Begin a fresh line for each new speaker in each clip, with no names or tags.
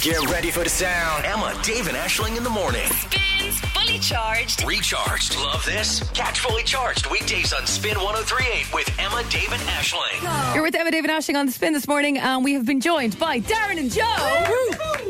Get ready for the sound.
Emma, Dave, and Ashling in the morning.
Spins Fully Charged.
Recharged. Love this? Catch fully charged weekdays on Spin 1038 with Emma, Dave, and Ashling.
You're with Emma, David, Ashing on the spin this morning, and we have been joined by Darren and Joe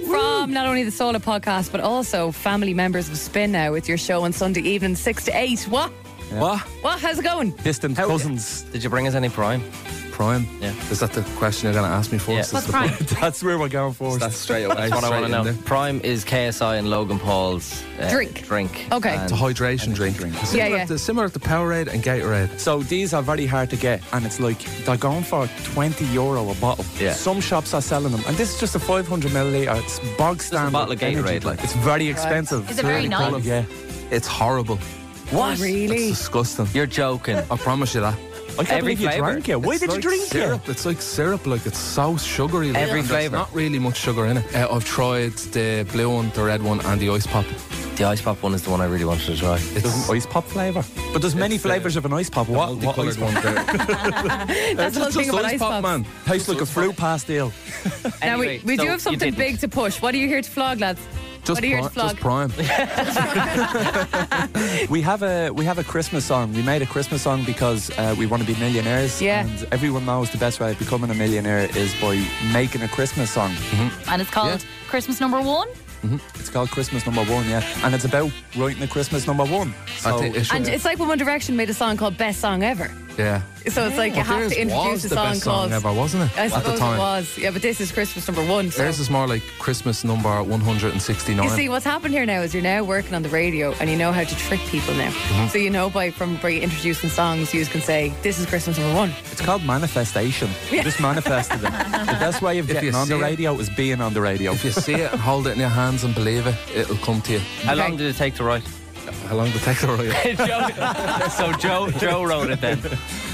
from not only the Solar Podcast but also family members of Spin. Now it's your show on Sunday evening, six to eight. What?
What?
What? How's it going?
Distant cousins.
Did you bring us any prime?
Prime.
Yeah.
Is that the question you're going to ask me first?
Yeah.
Is
What's
the-
prime?
That's where we're going for.
That's straight away. That's what I
Straight
want to
in
know.
there.
Prime is KSI and Logan Paul's uh,
Drink.
Drink.
Okay.
And
It's a hydration drink.
Yeah,
Similar,
yeah.
To, similar to Powerade and Gatorade. So these are very hard to get, and it's like they're going for 20 euro a bottle.
Yeah.
Some shops are selling them, and this is just a 500 milliliter. It's bog standard.
bottle of
energy
Gatorade,
drink.
like.
It's very expensive.
Is it very
Really
nice?
cool, Yeah. It's horrible.
what?
Really?
It's disgusting.
You're joking.
I promise you that. I can't
Every
believe you
flavour.
drank it. Why
It's
did
like
you drink
syrup.
it? It's like syrup, like it's so sugary. like,
Every
and
flavour.
There's not really much sugar in it. Uh, I've tried the blue one, the red one, and the ice pop.
the ice pop one is the one I really wanted to try.
It's
ice pop flavour.
but there's many
It's, uh,
flavours of an ice pop. What, what ice
multicoloured
one?
That's the whole thing about ice pops.
man. Tastes like a fruit pastel.
Now we,
Anyway,
we
so
do have
you
something
didn't.
big to push. What are you here to flog, lads?
Just,
what are you here
pri-
to flog?
just prime. we have a we have a Christmas song. We made a Christmas song because uh, we want to be millionaires.
Yeah.
And everyone knows the best way of becoming a millionaire is by making a Christmas song.
And it's called Christmas number one.
It's called Christmas Number One, yeah, and it's about writing a Christmas Number One. So
think it
and it's like when One Direction made a song called "Best Song Ever."
yeah,
So it's like you have to introduce a song called.
wasn't it?
I suppose it was. Yeah, but this is Christmas number one. So.
Theirs is more like Christmas number 169.
You see, what's happened here now is you're now working on the radio and you know how to trick people now.
Mm-hmm.
So you know by from by introducing songs, you can say, This is Christmas number one.
it's called manifestation. You just manifested it. The best way of
If you
getting on the
see it-
radio is being on the radio.
If you see it and hold it in your hands and believe it, it'll come to you.
How long did it take to write?
How long did it take to write it?
so Joe Joe wrote it then.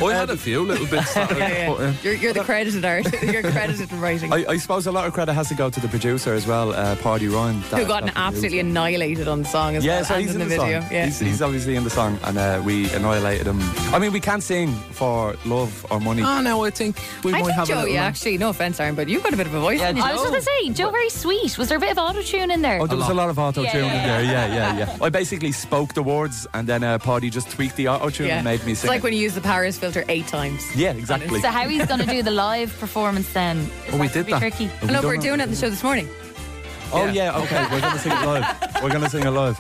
I had
um,
a few little bits. That I put in.
You're, you're the credited artist. You're credited in writing.
I, I suppose a lot of credit has to go to the producer as well, uh, Party Ryan. that-
Who got
that produced
absolutely
it.
annihilated on the song as
Yeah,
well
so
and
he's in,
the,
the,
video.
song.
Yeah.
He's, he's obviously in the song, and uh, we annihilated him. I mean, we can't sing for love or money.
Ah,
Oh, no, I think we
I
might
think
have a
Joe,
little
yeah,
one.
actually, no offense, Aaron, but you've got a bit of a voice.
Yeah,
on you.
Joe-
I was just going to say, Joe, very sweet. Was there a bit of auto tune in there?
Oh, there was a lot of auto
Yeah,
tune
yeah,
in there. Yeah, yeah, yeah. I basically spoke the words, and then uh, Party just tweaked the auto tune
Yeah.
and made me
It's
sing.
like
it.
when you use the Paris filter eight times.
yeah, exactly.
so how he's going to do the live performance then? Is
Oh, we
that gonna
did
be
that.
Tricky.
We
no,
don't
we're
know.
doing it in the show this morning.
Oh yeah, okay. We're gonna sing it live. We're gonna sing it live.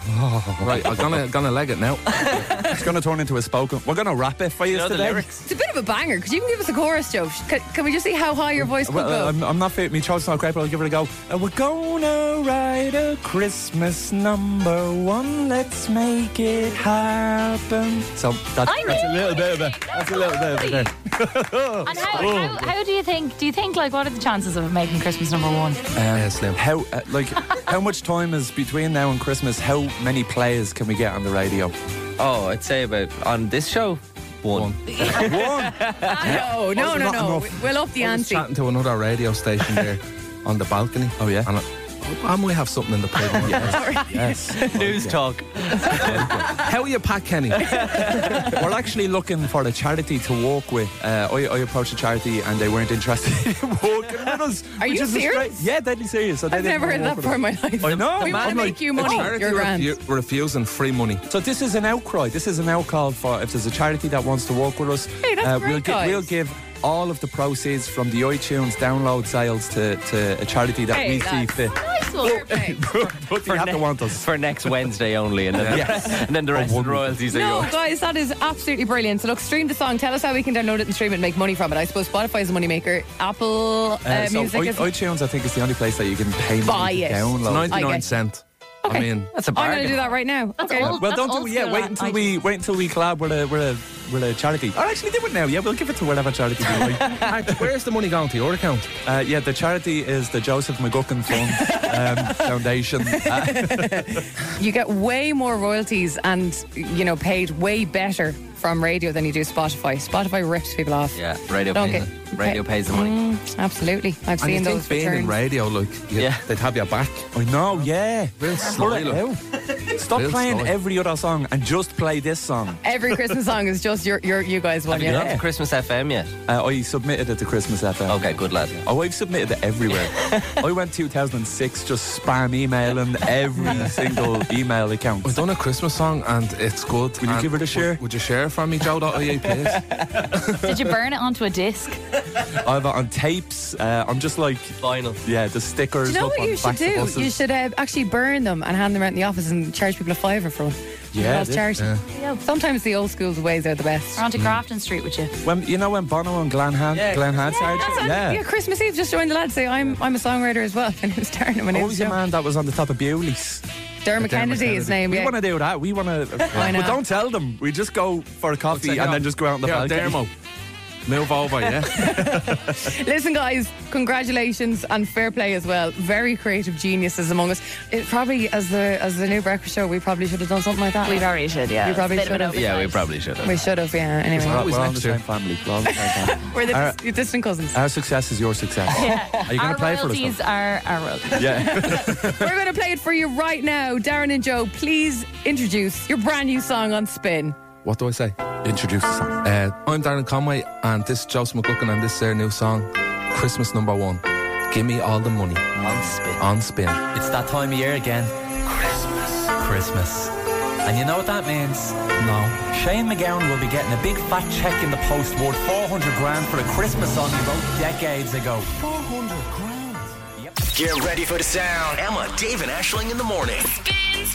Right, I'm gonna gonna leg it now.
It's gonna turn into a spoken. We're gonna rap it for you
You know the
today.
lyrics.
It's a bit of a banger because you can give us a chorus, Joe. Can, can we just see how high your voice could
Well,
go?
uh, I'm, I'm not fit. My throat's not great, but I'll give it a go. Uh, we're gonna write a Christmas number one. Let's make it happen. So that's,
I
that's a
knew
little
it.
bit of a. That's a little bit of a. Oh.
Lovely. And how, how, how do you think? Do you think like what are the chances of it making Christmas number one?
Yeah, Slim.
How uh, like how much time is between now and Christmas? How many players can we get on the radio?
Oh, I'd say about on this show one.
One.
no, no, no,
not
no.
enough.
We'll up the
I was
ante.
chatting to another radio station there on the balcony.
Oh, yeah?
And I, I might have something in the pipeline.
Yes.
News talk.
How are you, Pat Kenny?
We're actually looking for a charity to walk with. Uh, I, I approached a charity and they weren't interested in walking with us.
Are
which
you
is a
serious?
straight- yeah, deadly serious. So they
I've
didn't
never heard
wanna
that before in
walk
my life.
with us. I know.
We
I'm
want to
like-
make you money.
Charity
You're grand.
refu- refusing free money.
So this is an outcry. This is an outcall for if there's a charity that wants to walk with us. uh,
Hey, that's
we'll,
great,
gi-
guys.
we'll give all of the proceeds from the iTunes download sales to, to a charity that
Hey, uh,
we see
that's-
fit.
Nice one. Fair play.
But you have to want us.
for next Wednesday only, and then
Yes.
and then the rest of the royalties are
No,
yours.
guys, that is absolutely brilliant. So, look, stream the song. Tell us how we can download it and stream it and make money from it. I suppose Spotify is a moneymaker. Apple uh,
Uh, so
Music
i-
is.
iTunes, I think, is the only place that you can pay money
Buy
to
it.
It's
download.
99
Okay.
cent. I mean,
That's a
I'm
bargain.
going to do that right now.
That's
okay.
old.
Well,
That's
don't
old
do it yet.
school,
Wait
that.
until
I-
we wait until we collab with a with a with a charity. Or actually, do it now. Yeah, we'll give it to whatever charity we like.
Pat, where's the money going to your account?
Uh, yeah, the charity is the Joseph McGuckin Fund um, Foundation. Uh,
You get way more royalties and, you know, paid way better from radio than you do Spotify. Spotify rips people off.
Yeah, radio.
Don't
play.
get,
Radio pays the money.
Absolutely. I've
And you
seen
think
those
being in
returns.
radio, like, you-
Yeah.
they'd have your back.
I know, yeah. Pull
Real sly,
it
look.
out. Stop
Real
playing
sly.
every other song and just play this song.
Every Christmas song is just your, your you guys one,
Have you
yeah.
gone to Christmas FM yet?
Uh, I submitted it to Christmas FM.
Okay, good lad.
Oh, I've submitted it everywhere. I went 2006 just spam emailing every single email account.
We've done a Christmas song and it's good.
Will you
And
give it a share?
Would, would you share it for me, Joe.ie, please?
Did you burn it onto a disc?
I have it on tapes. Uh, I'm just like,
Final.
yeah, the stickers.
Do you know
up
what
on
you should
backs of
do?
buses.
You should uh, actually burn them and hand them out in the office and charge people a fiver for them.
Yeah, Oh,
That's
it is.
charity.
Yeah.
Sometimes the old school ways are the best.
Or onto
Hmm.
Grafton Street with you?
When you know when Bono and Glenn Han,
Yeah.
Glenn Hansard,
That's what-
yeah.
yeah, Christmas Eve, just join the lads. Say, I'm I'm a songwriter as well, and who's starring in my
What
new
was the
show.
Oh, man that was on the top of Bewley's?
Dermot,
Dermot
Kennedy, is his
Kennedy.
name.
We
yeah.
want to do that. We want to.
I know.
But don't tell them. We just go for a coffee
Say,
and
"Yo,
then just go out on the
yo,
balcony.
Dermo, move over, yeah?
Listen, guys, congratulations and fair play as well. Very creative geniuses among us. It probably as the as the new breakfast show, we probably should have done something like that.
We probably should, yeah.
You probably
It's a bit of an
should
Yeah, we
oversight.
probably should have.
We should have, yeah.
We're,
Anyway,
always
we're all in the
next
same
year.
family. We're all in the same family.
we're the dis- distant cousins.
Our success is your success. Are you going
Our
to play for us?
royalties
though?
are our royalties.
Yeah.
We're going to play it for you right now. Darren and Joe, please introduce your brand new song on Spin.
What do I say?
Introduce the song.
Uh, I'm Darren Conway, and this is Joseph McGuckin, and this is their new song, Christmas Number One. Give me all the money
On spin.
on spin.
It's that time of year again. Christmas. Christmas. And you know what that means? No. Shane McGowan will be getting a big fat check in the post worth 400 grand for a Christmas song he wrote decades ago. 400 grand? Yep.
Get ready for the sound. Emma, Dave, and Ashling in the morning.
Spins